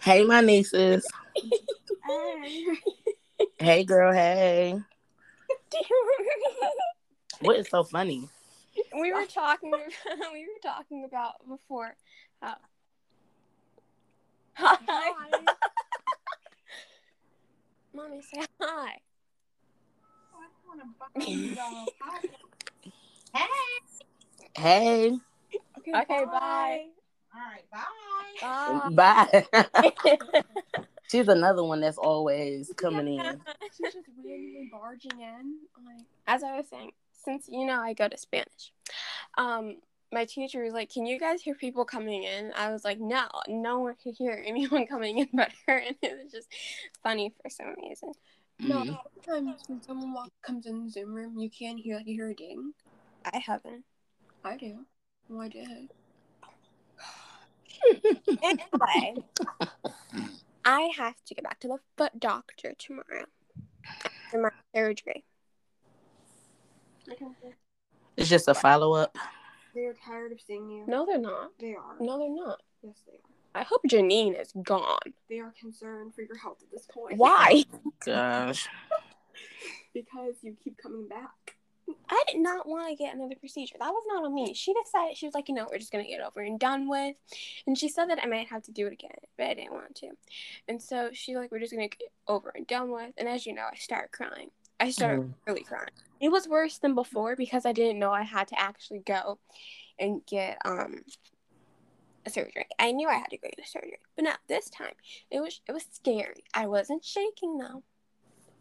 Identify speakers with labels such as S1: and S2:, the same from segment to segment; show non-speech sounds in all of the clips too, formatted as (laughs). S1: Hey, my nieces.
S2: (laughs)
S1: hey, girl. Hey. What is so funny?
S2: we were (laughs) talking. we were talking about before. How... (laughs) Hi, mommy. Say hi.
S1: Hey.
S2: Okay,
S3: Okay,
S2: bye.
S3: All right, bye.
S2: Bye.
S1: Bye. (laughs) She's another one that's always coming in.
S3: She's just randomly barging in. Like,
S2: (laughs) As I was saying, since you know I go to Spanish, um, my teacher was like, "Can you guys hear people coming in?" I was like, "No, no one could hear anyone (laughs) coming in but her," and it was just funny for some reason.
S1: Mm.
S3: no, sometimes when someone walk, comes in the Zoom room, you can hear, like, you hear a ding.
S2: I haven't.
S3: I do. Well, I did.
S2: Anyway, I have to get back to the foot doctor tomorrow after my surgery.
S1: It's just a follow up.
S3: They're tired of seeing you.
S2: No, they're not.
S3: They are.
S2: No, they're not.
S3: Yes, they are.
S2: I hope Janine is gone.
S3: They are concerned for your health at this point.
S2: Why?
S1: Gosh.
S3: (laughs) Because you keep coming back.
S2: I did not want to get another procedure. That was not on me. She decided she was like, you know, we're just gonna get it over and done with. And she said that I might have to do it again, but I didn't want to. And so she like, we're just gonna get it over and done with. And as you know, I started crying. I started
S1: Mm.
S2: really crying. It was worse than before because I didn't know I had to actually go and get um a surgery. I knew I had to go get a surgery, but not this time. It was it was scary. I wasn't shaking though.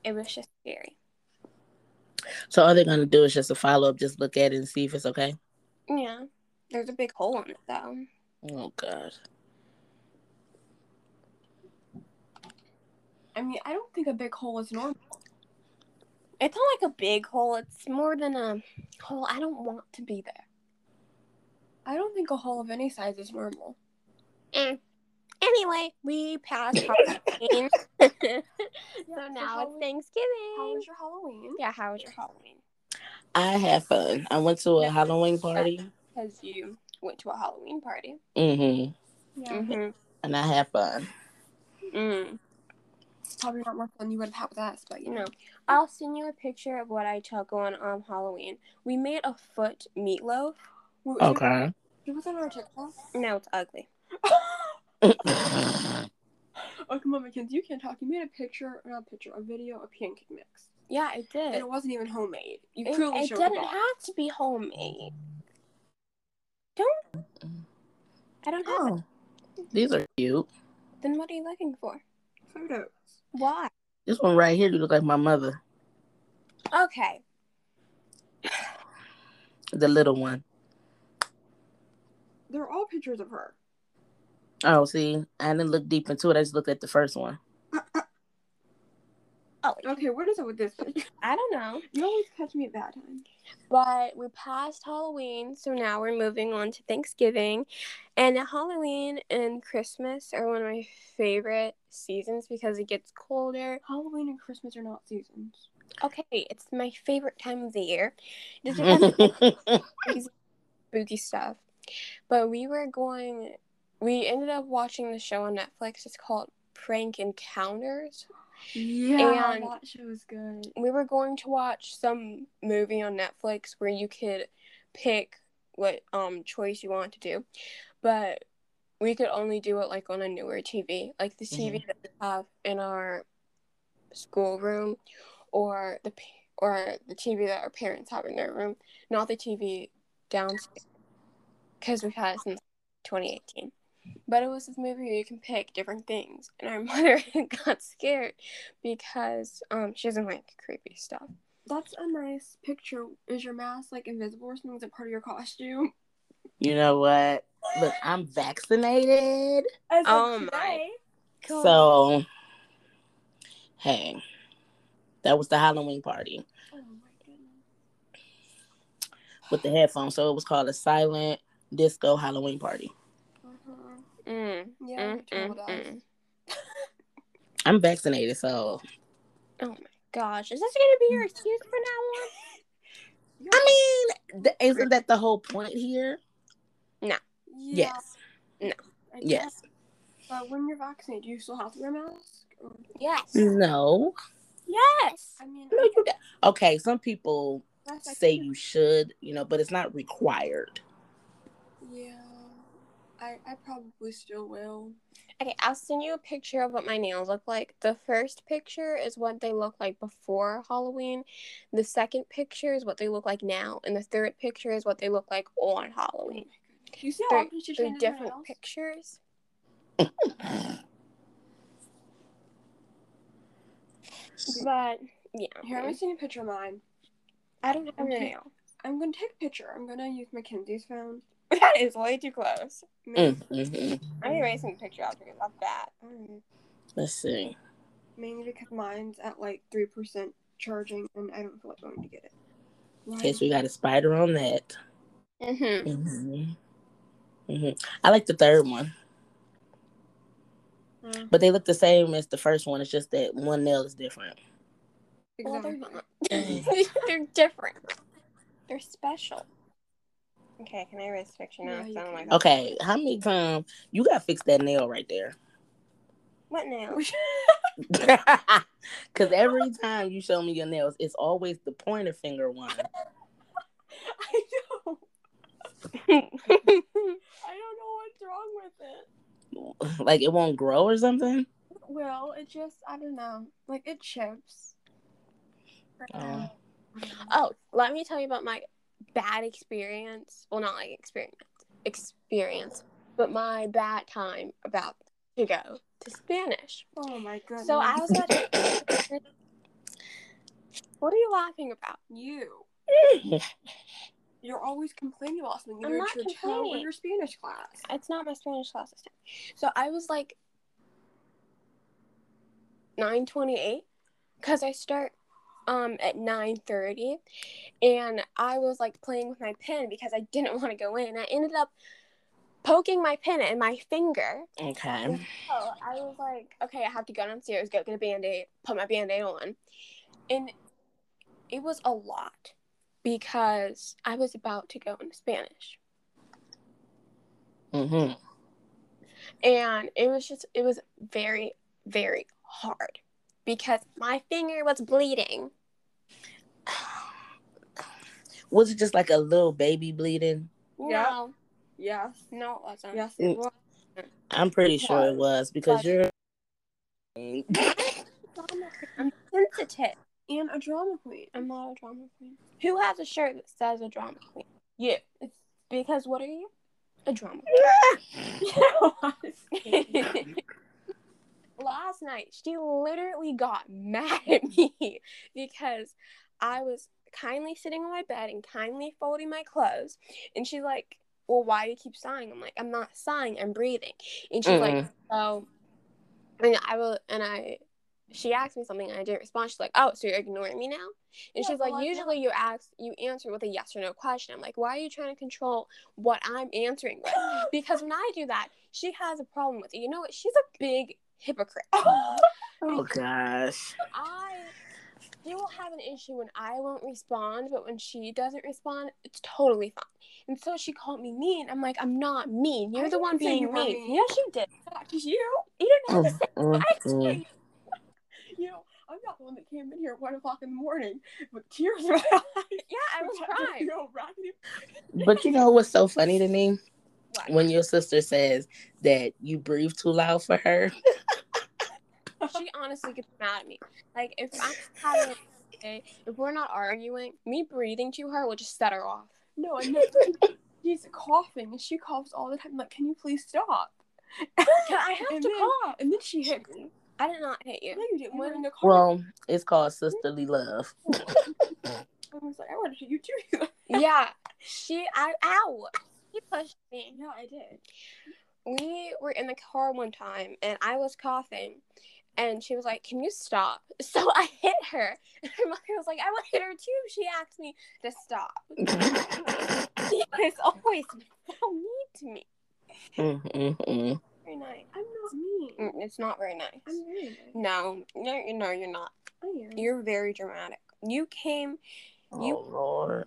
S2: It was just scary.
S1: So all they're gonna do is just a follow up. Just look at it and see if it's okay.
S2: Yeah. There's a big hole in it though.
S1: Oh God.
S3: I mean, I don't think a big hole is normal.
S2: It's not like a big hole. It's more than a hole. I don't want to be there.
S3: I don't think a hole of any size is normal.
S2: Eh. Anyway, we
S3: (laughs)
S2: passed Halloween. (laughs) so now it's
S3: How
S2: Thanksgiving.
S3: was your Halloween?
S2: Yeah, how was your Halloween?
S1: I had fun. I went to a Halloween party.
S2: Because you went to a Halloween party.
S1: Mm-hmm.
S3: Yeah.
S2: Mm-hmm.
S1: And I had fun.
S2: Mm.
S3: Probably not more fun you would have had with us, but you
S2: No.
S3: know.
S2: I'll send you a picture of what I took on um, Halloween. We made a foot meatloaf.
S3: Wait,
S1: Okay.
S3: It was on our TikTok. (laughs)
S2: No, it's ugly.
S1: Mm-hmm.
S3: Oh come on, Mackenzie, you can't talk. You made a picture, not a picture, a video of pancake mix,
S2: Yeah, it did.
S3: and it wasn't even homemade. You
S2: It,
S3: truly
S2: it
S3: showed the
S2: didn't
S3: ball.
S2: have to be homemade. Don't. I don't
S1: oh,
S2: have
S1: these are cute.
S2: it. Then what are you looking for?
S3: photos.
S2: Why?
S1: This one right here, you look like my mother,
S2: Okay.
S1: the little one.
S3: They're all pictures of her.
S1: Oh, see, I didn't look deep into it. I just looked at the first one. (laughs)
S2: Oh, wait.
S3: Okay, what is it with this picture?
S2: I don't know.
S3: You always catch me at bad times.
S2: But we passed Halloween, so now we're moving on to Thanksgiving. And Halloween and Christmas are one of my favorite seasons because it gets colder.
S3: Halloween and Christmas are not seasons.
S2: Okay, it's my favorite time of the year. It doesn't (laughs) have
S1: mm-hmm.
S2: spooky stuff. But we were going, we ended up watching the show on Netflix. It's called Prank Encounters.
S3: Yeah,
S2: And-
S3: that show is good.
S2: We were going to watch some movie on Netflix where you could pick what um choice you want to do, but we could only do it like on a newer TV, like the TV that we have in our schoolroom, or the pa- or the TV that our parents have in their room, not the TV downstairs, because we've had it since 2018. But it was this movie where you can pick different things, and our (laughs) mother got scared because um she doesn't like creepy stuff.
S3: That's a nice picture. Is your mask like invisible or something? Is it part of your costume? (laughs)
S1: You know what? Look, I'm vaccinated.
S3: As of
S2: Oh my
S3: God.
S1: So, hey, that was the Halloween party
S3: Oh my goodness.
S1: with the headphones. So it was called a silent disco Halloween party.
S3: Uh-huh.
S2: Mm.
S3: Yeah,
S2: Mm,
S3: you told
S2: mm,
S3: us.
S2: mm.
S1: I'm vaccinated, so
S2: Oh my gosh, is this gonna be your excuse for now on?
S3: Yeah.
S1: I mean, th- isn't that the whole point here?
S3: Yeah.
S1: Yes.
S2: No.
S3: I
S1: Yes.
S3: guess. uh, when you're vaccinated, do you still have to wear a mask? Or,
S2: Yes.
S1: No.
S2: Yes.
S3: I mean,
S1: No, you don't. Okay, some people
S3: that's
S1: say you should, you know, but it's not required.
S3: Yeah, I I probably still will.
S2: Okay, I'll send you a picture of what my nails look like. The first picture is what they look like before Halloween. The second picture is what they look like now, and the third picture is what they look like on Halloween.
S3: Do you see
S2: They're-
S3: how often she
S2: Three
S3: changes her
S2: different
S3: nails? (laughs)
S2: pictures. But yeah,
S3: Here, I'm gonna send you a picture of mine.
S2: I don't have your
S3: Okay.
S2: nail. (laughs)
S3: I'm gonna take a picture. I'm gonna use Mackenzie's phone.
S2: That is way too close.
S3: Main,
S1: Mm, mhm.
S2: I'm erasing the picture after because of that.
S3: Mm-hmm.
S1: Let's see.
S3: Mainly because mine's at like three percent charging, and I don't feel like going to get it. Mine-
S1: Guess we got a spider on that.
S2: Mm-hmm.
S1: hmm hmm I like the third one,
S3: Uh,
S1: but they look the same as the first one. It's just that one nail is different.
S2: Well, they're
S3: exactly.
S2: not.
S3: (laughs)
S2: Mm-hmm. they're different. They're special. Okay, can I erase the picture now?
S3: Yeah, you
S2: Sound like
S3: can.
S1: Okay, how many times you got to fix that nail right there? (laughs)
S2: What now?
S1: Because every time you show me your nails, it's always the pointer finger one.
S3: I know.
S2: (laughs) well,
S3: I don't know what's wrong with it.
S1: like it won't grow or something.
S3: Well, (laughs)
S2: (laughs)
S3: it just I don't know. Like it chips.
S1: Oh.
S2: oh, let me tell you about my bad experience. Well, not like experience, experience, but my bad time about to go to Spanish.
S3: Oh my goodness.
S2: So I was
S3: (coughs)
S2: at. what are you laughing about?
S3: you.
S1: Oh.
S3: You're always complaining about something.
S2: I'm
S3: either
S2: not
S3: it's your child or
S2: complaining.
S3: your Spanish class.
S2: It's not my Spanish class this time. So I was like nine twenty eight because I start um at nine thirty, and I was like playing with my pen because I didn't (laughs) want to go in. I ended up poking my pen in my finger.
S1: Okay.
S2: So I was like, okay, I have to go downstairs, go get a band aid, put my band aid on. And it was a lot because I was about to go into Spanish.
S1: hmm
S2: and it was just it was very very hard because my finger was bleeding
S1: Was it just like a little baby bleeding?
S2: no
S3: Yes.
S2: no it wasn't
S3: Yes, it
S1: Mm.
S3: was.
S1: I'm pretty sure it was because you're.
S2: Drama queen. i'm sensitive
S3: And a drama queen.
S2: i'm not a drama queen who has a shirt that says a drama queen you it's because what are you a drama (laughs) queen last night she literally got (laughs) mad at me because I was kindly sitting on my bed and kindly folding my clothes and she's like, Well, why do you keep sighing? I'm like, I'm not sighing, I'm breathing. And she's like, So
S3: (laughs)
S2: (laughs) and I will and I she asked me something and I didn't respond. She's like, Oh, so you're ignoring me now? And
S3: Yeah,
S2: she's
S3: well,
S2: like,
S3: like, yeah.
S2: Usually you ask you answer with a yes or no question. I'm like, Why are you trying to control what I'm answering
S3: (laughs)
S2: with? Because when I do that, she has a problem with it. You know what? She's a big hypocrite.
S1: Oh gosh.
S2: I you will have an issue when I won't respond, but when she doesn't respond, it's totally fine. And so she called me mean. I'm like, I'm not mean. You're
S3: I
S2: the one
S3: didn't say
S2: being
S3: you were
S2: mean. Oh
S3: mean.
S2: Yes, you did.
S3: Not just you.
S2: You
S1: Oh, (laughs)
S2: didn't have to say
S1: Mm-mm.
S3: You know, I'm not the one that came in here at one o'clock in the morning with tears in my (laughs) eyes.
S2: Yeah, I (laughs) was crying.
S3: Yo, Rodney.
S1: But you know what's so funny to me?
S2: What?
S1: When your sister says that you breathe too loud for her.
S2: She honestly gets mad at me. Like if I'm having a day, if we're not arguing, me breathing to her will just set her off.
S3: No, and then (laughs) she's coughing and she coughs all the time. I'm like, can you please stop? (laughs)
S2: I have
S3: And
S2: to
S3: then-
S2: cough.
S3: And then she hit me.
S2: I did not hit
S3: No,
S2: you.
S3: you didn't. We were in the car.
S1: Well, it's called sisterly (laughs) love.
S3: I was like, I wanted to hit you too. (laughs)
S2: (laughs) Yeah. She I ow. She pushed me.
S3: yeah, I did.
S2: we were in the car one time and I was coughing and she was like, Can you stop? (laughs) So I hit her. (laughs) And her mother was like, I will hit her too. She asked me to stop. (laughs)
S1: Mm,
S2: She was always (laughs) so mean to me.
S1: Mm-mm-mm.
S2: Very nice.
S3: I'm not mean.
S2: Mm, It's not very nice.
S3: I'm Mm. very nice.
S2: No, no, you- no, you're not.
S3: I am.
S2: You're very dramatic. You came
S1: Oh Lord.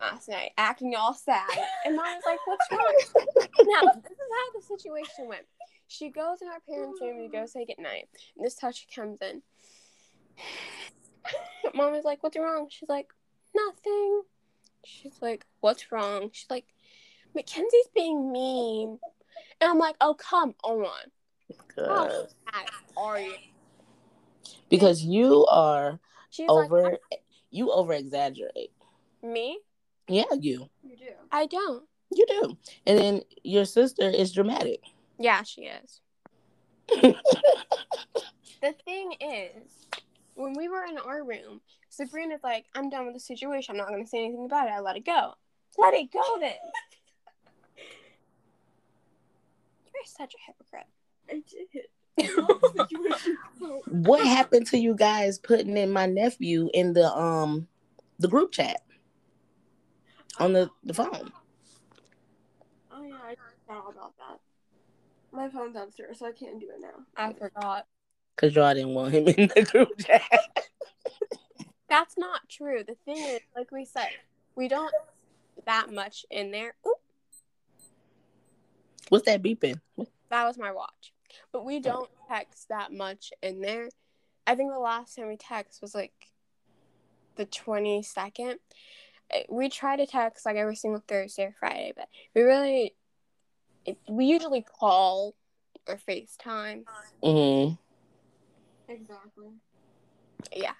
S2: last night acting all sad. And mom was like, What's wrong? now, this is how the situation went. She goes in her parents' room to go say goodnight. And this Tasha comes in. (sighs) Mom is like, What's wrong? She's like, Nothing. She's like, What's wrong? She's like, Mackenzie's being mean. And I'm like, Oh, come on. How
S1: Good.
S2: bad are you?
S1: Because you are
S2: She's
S1: over,
S2: like,
S1: you over exaggerate.
S2: Me?
S1: Yeah, you.
S3: You do.
S2: I don't.
S1: You do. And then your sister is dramatic.
S2: Yeah, she is. the thing is, when we were in our room, Sabrina's like, I'm done with the situation. I'm not going to say anything about it. I let it go. Let it go then. You're such a hypocrite.
S3: I (laughs) did.
S1: What happened to you guys putting in my nephew in the um the group chat on the, the phone?
S3: Oh yeah, I forgot all about that. My phone's downstairs, so I can't do it now.
S2: I forgot.
S1: Cause y'all didn't want him in the group chat.
S2: That's not true. The thing is, like we said, we don't that much in there. Oop,
S1: What's that beeping?
S2: that was my watch. But we don't text that much in there. I think the last time we text was like the 22nd. Uh, We try to text like every single Thursday or Friday, but we really, it, we usually call or FaceTime.
S1: hmm
S3: Exactly.
S2: Yeah.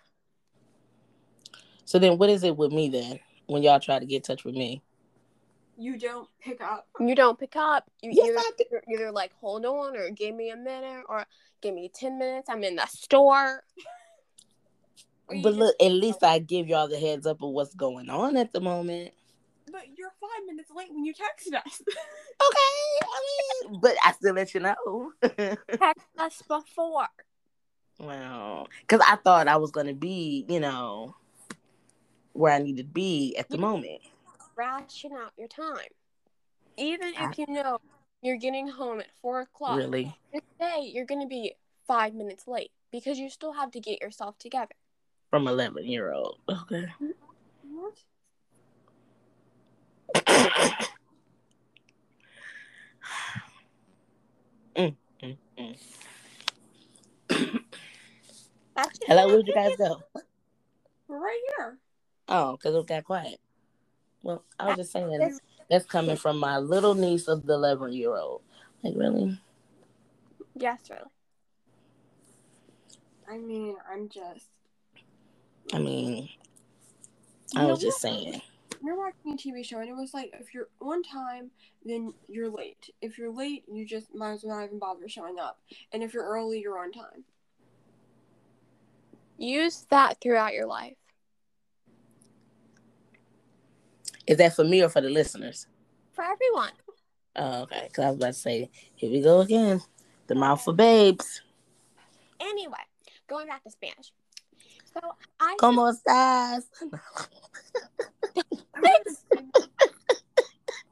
S1: So then what is it with me then when y'all try to get in touch with me?
S3: You don't pick up.
S2: You don't pick up. You
S1: Yes,
S2: either,
S1: I do.
S2: you're either like, hold on, or give me a minute, or give me 10 minutes. I'm in the store. (laughs) Or you
S1: But
S2: just-
S1: look, at least I give y'all the heads up of what's going on at the moment.
S3: But you're five minutes late when you texted us. (laughs)
S1: Okay, I mean, but I still let you know. (laughs)
S2: text us before.
S1: wow, because I thought I was gonna be, you know, where I need to be at the
S2: You-
S1: moment.
S2: ration out your time. Even
S1: I-
S2: if you know you're getting home at four o'clock,
S1: Really,
S2: this day you're going to be five minutes late because you still have to get yourself together.
S1: from eleven year old. Okay.
S3: What?
S1: Mm, mm, mm.
S2: That's just
S1: (laughs) Hello, where'd you guys go?
S3: We're right here.
S1: Oh, because it got quiet. Well, I was just saying that's, that's coming from my little niece of the eleven year old. Like really?
S2: yes, really.
S3: I mean, I'm just.
S1: I mean,
S3: You
S1: I
S3: know
S1: was just
S3: what?
S1: saying.
S3: We're watching a TV show, and it was like, if you're on time, then you're late. If you're late, you just might as well not even bother showing up. And if you're early, you're on time.
S2: Use that throughout your life.
S1: Is that for me or for the listeners?
S2: For everyone.
S1: Oh, okay. Because I was about to say, here we go again. The mouth of babes.
S2: Anyway, going back to Spanish. So I
S1: Como estás?
S3: (laughs)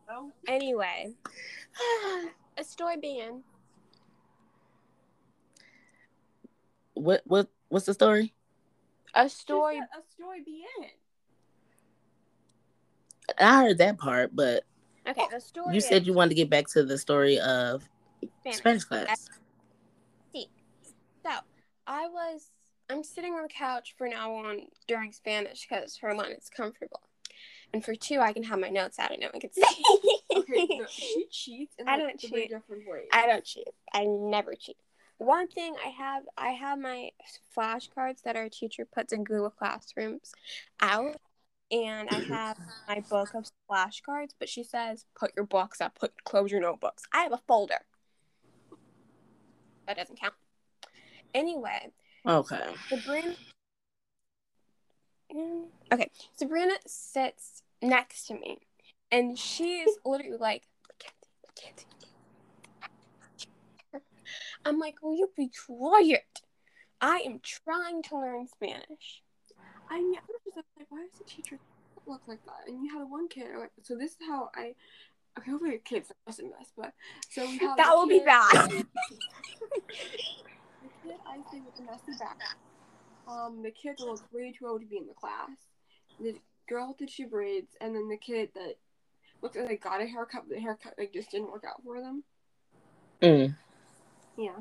S3: No.
S1: (sighs)
S2: anyway, estoy bien.
S1: what what what's the story?
S2: Estoy
S3: Just let a story be in it.
S1: I heard that part, but
S2: okay. The story
S1: you
S2: is
S1: said you wanted to get back to the story of
S2: Spanish.
S1: Spanish class.
S2: So I was I'm sitting on the couch for now on during Spanish because for one it's comfortable, and for two I can have my notes out and no one can (laughs)
S3: Okay,
S2: see.
S3: no, she cheats in
S2: I
S3: like
S2: don't
S3: three
S2: cheat.
S3: different ways.
S2: I don't cheat. I never cheat. One thing I have I have my flashcards that our teacher puts in Google Classrooms out. And I have my book of flashcards, but she says, put your books up, put close your notebooks. I have a folder. That doesn't count. Anyway,
S1: Okay.
S2: Sabrina. Mm, Okay, Sabrina sits next to me, and (laughs) she's literally like, "Mackenzie, Mackenzie." I'm like, will you be quiet? I am trying to learn Spanish.
S3: I mean, I was just like, why does the teacher look like that? And you had one kid. Like, so this is how I. Okay, hopefully your kids don't listen to this, but so we have
S2: That
S3: the
S2: will be (laughs)
S3: kid-
S2: bad.
S3: The kid I see with the messy back. Um, the kid that looks way too old to be in the class. The girl that she braids, and then the kid that looks like they got a haircut, but the haircut like just didn't work out for them.
S1: Mm.
S3: Yeah.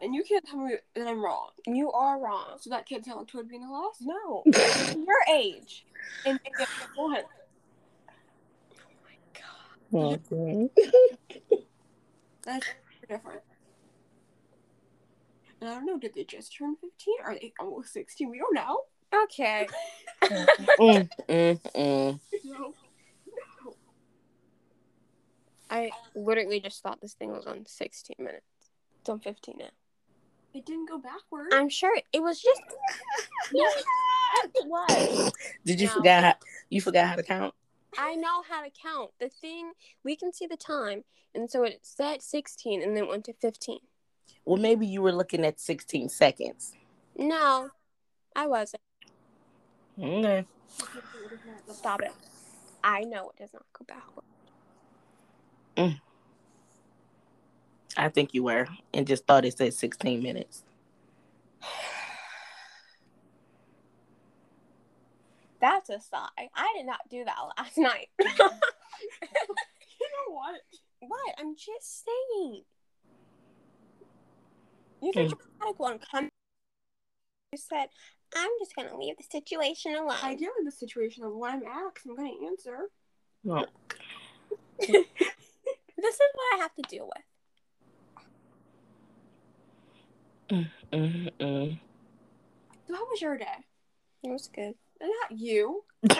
S3: And you can't tell me that I'm wrong.
S2: You are wrong.
S3: So that kid's not allowed to be in the
S2: (laughs)
S3: class?
S2: No, it's your age.
S3: And they get the full head.
S1: Okay.
S3: That's different. And I don't know, did they just turn 15? Are they almost 16? We don't know.
S2: Okay.
S1: Mm, mm, mm.
S3: No.
S2: I literally just thought this thing was on 16 minutes. It's on 15 now.
S3: It didn't go backwards.
S2: I'm sure it was just.
S1: Did you
S2: No.
S1: forget? How, you forgot how to count?
S2: I know how to count. The thing, we can see the time. And so it said 16 and then it went to 15.
S1: Well, maybe you were looking at 16 seconds.
S2: No, I wasn't.
S1: Okay.
S2: Stop it. I know it does not go backwards.
S1: I think you were, and just thought it said 16 minutes.
S2: That's a sigh. I did not do that last (laughs)
S3: (laughs)
S2: night.
S3: You know what?
S2: what? I'm just saying. You said
S1: Mm.
S2: your dramatic one come. You said, I'm just going to leave the situation alone.
S3: I deal with the situation of when I'm asked, I'm going to answer.
S1: No.
S2: This is what I have to deal with.
S1: Mm, mm.
S3: So, how was your day?
S2: It was good.
S3: Not you. I've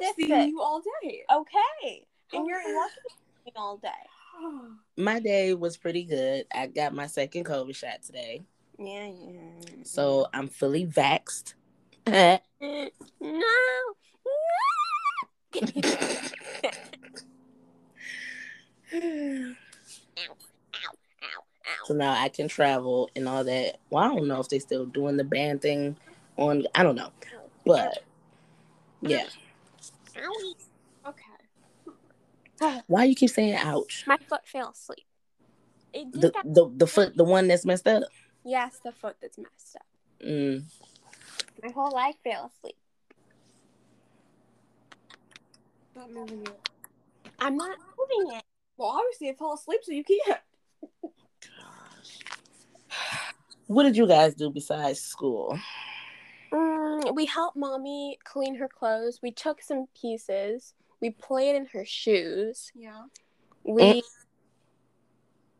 S2: That's
S3: seen
S2: it.
S3: you all day.
S2: Okay. And you're
S3: Okay.
S2: lucky to be all day.
S1: (laughs)
S2: Oh.
S3: (sighs)
S1: My day was pretty good. I got my second COVID shot today,
S2: Yeah, yeah.
S1: so I'm fully vaxxed. I
S2: no. No.
S1: So now I can travel and all that. Well, I don't know if they're still doing the ban thing on. I don't know, but yeah.
S3: Okay.
S1: Why you keep saying "ouch"?
S2: My foot fell asleep. It did
S1: The
S2: that.
S1: the the foot, the one that's messed up.
S2: Yes, the foot that's messed up.
S1: Mm.
S2: My whole leg fell asleep.
S3: Not moving you.
S2: I'm not moving it.
S3: Well, obviously, I fell asleep, so you can't.
S1: What did you guys do besides school?
S2: Mm, we helped mommy clean her clothes. We took some pieces. We played in her shoes.
S3: Yeah.
S2: We,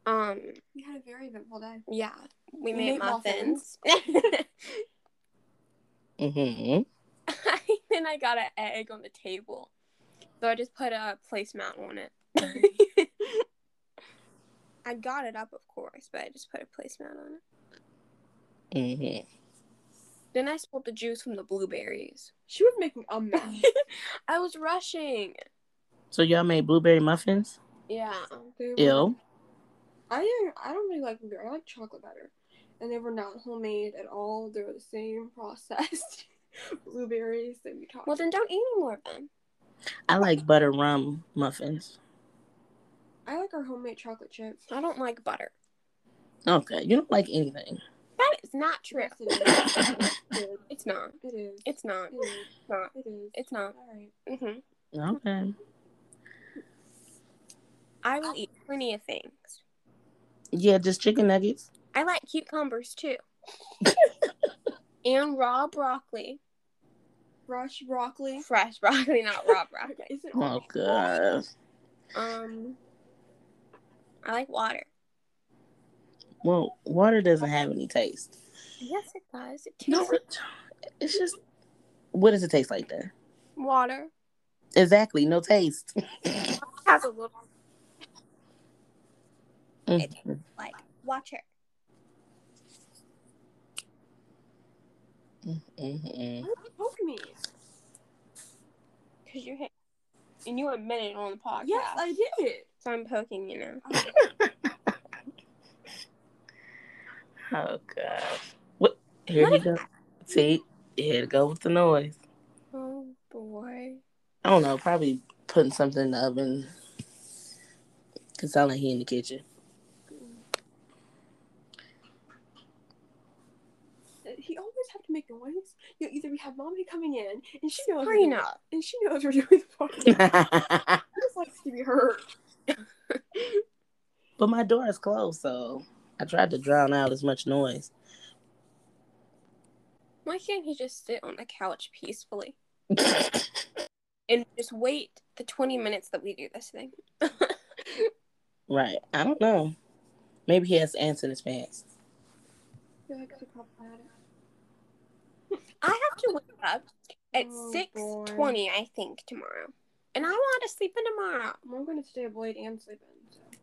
S2: um,
S3: We had a very eventful day.
S2: yeah, we,
S3: We
S2: made,
S3: made
S2: muffins.
S3: muffins.
S2: (laughs)
S1: hmm
S2: then I got an egg on the table, so I just put a placemat on
S3: (laughs)
S2: it. I got it up, of course, but I just put a placemat on it.
S1: hmm
S2: Then I spilled the juice from the blueberries. (laughs)
S3: She was making a mess.
S2: I was rushing.
S1: So y'all made blueberry muffins?
S2: Yeah.
S3: They were-
S1: Ew.
S3: I didn't, I don't really like beer. I like chocolate better. And they were not homemade at all. They were the same (laughs) processed blueberries that we talked
S2: Well, then don't eat any more of them.
S1: I like butter rum muffins.
S3: I like our homemade
S2: (coughs)
S3: chocolate chips.
S2: I don't like butter.
S1: Okay, you don't like anything.
S2: That is not true. (coughs)
S3: Yes, it is. Good.
S2: (laughs) It's not.
S3: It is.
S2: It's not.
S3: It is.
S2: It's not.
S3: It is.
S2: It's not.
S3: All right.
S2: hmm
S1: Okay.
S2: I will eat plenty of things.
S1: Yeah, just chicken nuggets.
S2: I like cucumbers
S3: (laughs)
S2: too. and raw broccoli.
S3: Fresh broccoli.
S2: (laughs) Fresh broccoli, not raw broccoli.
S3: Is it
S1: Oh god.
S2: Um, I like water.
S1: Well, water doesn't have any taste.
S2: Yes, it does. It tastes
S1: No, it- it's just what does it taste like then?
S2: like water.
S1: Exactly, no taste. (laughs)
S2: It has a little
S1: Mhm.
S2: like water.
S1: Mhm. Mm-hmm.
S3: Why did you poke me?
S2: Cause you hit, and you admitted it on the podcast.
S3: Yes, I did.
S2: so I'm poking you now.
S3: Oh,
S1: oh god. What? Here he go. See, here to go with the noise.
S2: Oh boy.
S1: I don't know. Probably putting something in the oven. Cause sound like he in the kitchen. (laughs)
S3: Uh, he always have to make noise. You know, either we have mommy coming in, and she knows, we're doing,
S2: Sabrina.
S3: and she knows
S2: (laughs)
S3: we're doing the podcast. He just likes to be heard.
S1: But my door is closed, so I tried to drown out as much noise. (laughs)
S2: Why can't he just sit on the couch peacefully and just wait the 20 minutes that we do this thing? (laughs)
S1: right. I don't know. Maybe he has ants in his pants.
S3: feel like it's a problematic.
S2: I have to wake up at
S3: Oh,
S2: six twenty, I think, tomorrow. And I want to sleep in tomorrow.
S3: I'm going to stay up late and sleep in. So.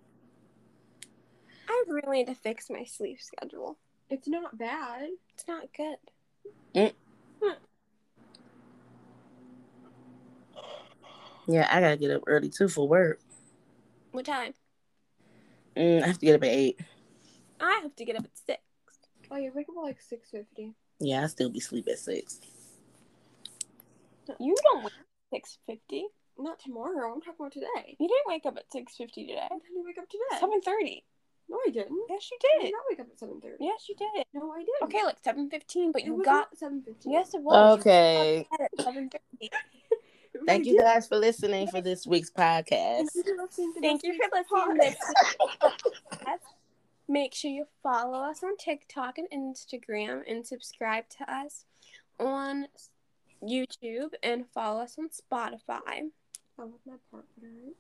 S2: I really need to fix my sleep schedule.
S3: It's not bad.
S2: It's not good.
S1: Yeah, I gotta get up early too for work.
S2: What time?
S1: Mm, I have to get up at eight.
S2: I have to get up at six.
S3: Oh, you wake up at like six fifty.
S1: Yeah, I still be sleep at six.
S2: You don't wake up at six fifty.
S3: Not tomorrow. I'm talking about today.
S2: You didn't wake up at six fifty today.
S3: What time did you wake up today?
S2: Seven thirty.
S3: No, I didn't.
S2: Yes, you
S3: I did
S2: did.
S3: not wake up at seven thirty.
S2: Yes, you did.
S3: No, I didn't.
S2: Okay, like seven fifteen, but
S3: It
S2: you
S3: was
S2: got.
S3: not seven fifty. (laughs)
S2: Yes, it was.
S1: Okay.
S2: Seven thirty.
S1: Thank you guys for listening for this week's podcast.
S3: Thank you for listening. To
S2: Thank you for listening.
S3: (laughs) Podcast.
S2: Make sure you follow us on TikTok and Instagram and subscribe to us on YouTube and follow us on Spotify.
S3: I love my part, alright?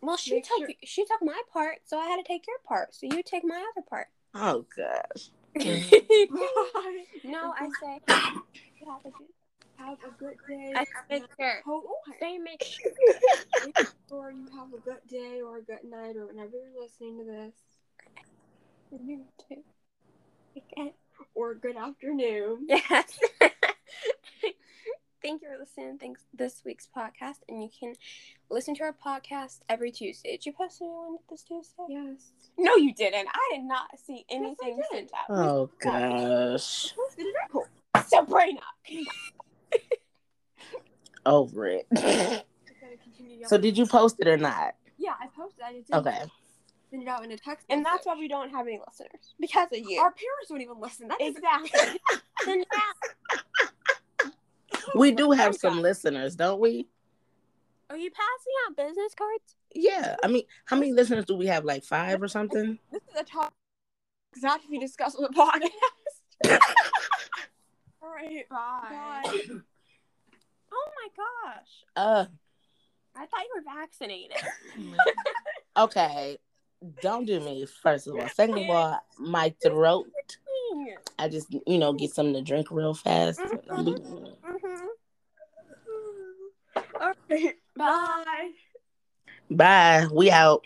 S2: Well, she
S3: Make
S2: took
S3: sure-
S2: she took my part, so I had to take your part. So you take my other part.
S1: (laughs) Oh gosh.
S3: Mm-hmm. Bye.
S2: (laughs) no, I say
S3: Have a good day.
S2: I make sure.
S3: Hope oh,
S2: Say make sure.
S3: or you have a good day or a good night or whenever you're listening to this
S2: You too. Okay.
S3: or good afternoon.
S2: Yes. (laughs) Thank you for listening. Thanks this week's podcast, and you can listen to our podcast every Tuesday. Did you post a new one this Tuesday?
S3: Yes.
S2: No, you didn't. I did not see
S3: I
S2: anything
S3: did.
S2: sent out.
S1: Oh gosh.
S3: Posted it up.
S2: Sabrina.
S1: Over it. (laughs)
S3: I'm gonna continue
S1: so
S3: yelling.
S1: did you post it or not?
S3: Yeah, I posted. I just didn't
S1: Okay.
S3: send it out in a text.
S2: And that's
S3: message.
S2: why we don't have any listeners because of you.
S3: our parents don't even listen. That is
S2: exactly. (laughs) Then now-
S1: We do have some listeners, don't we?
S2: Are you passing out business cards?
S1: Yeah. I mean, how many listeners do we have? Like five or something?
S3: this is a topic that we discuss on the podcast.
S2: (laughs)
S3: All right. Bye.
S2: Bye. (coughs) Oh my gosh!
S1: Uh
S2: I thought you were (laughs) vaccinated.
S1: (laughs) okay. Don't do me, first of all. Second of all, my throat. I just, you know, get something to drink real fast.
S3: (laughs)
S2: mm-hmm.
S3: All right. Bye.
S1: Bye. We out.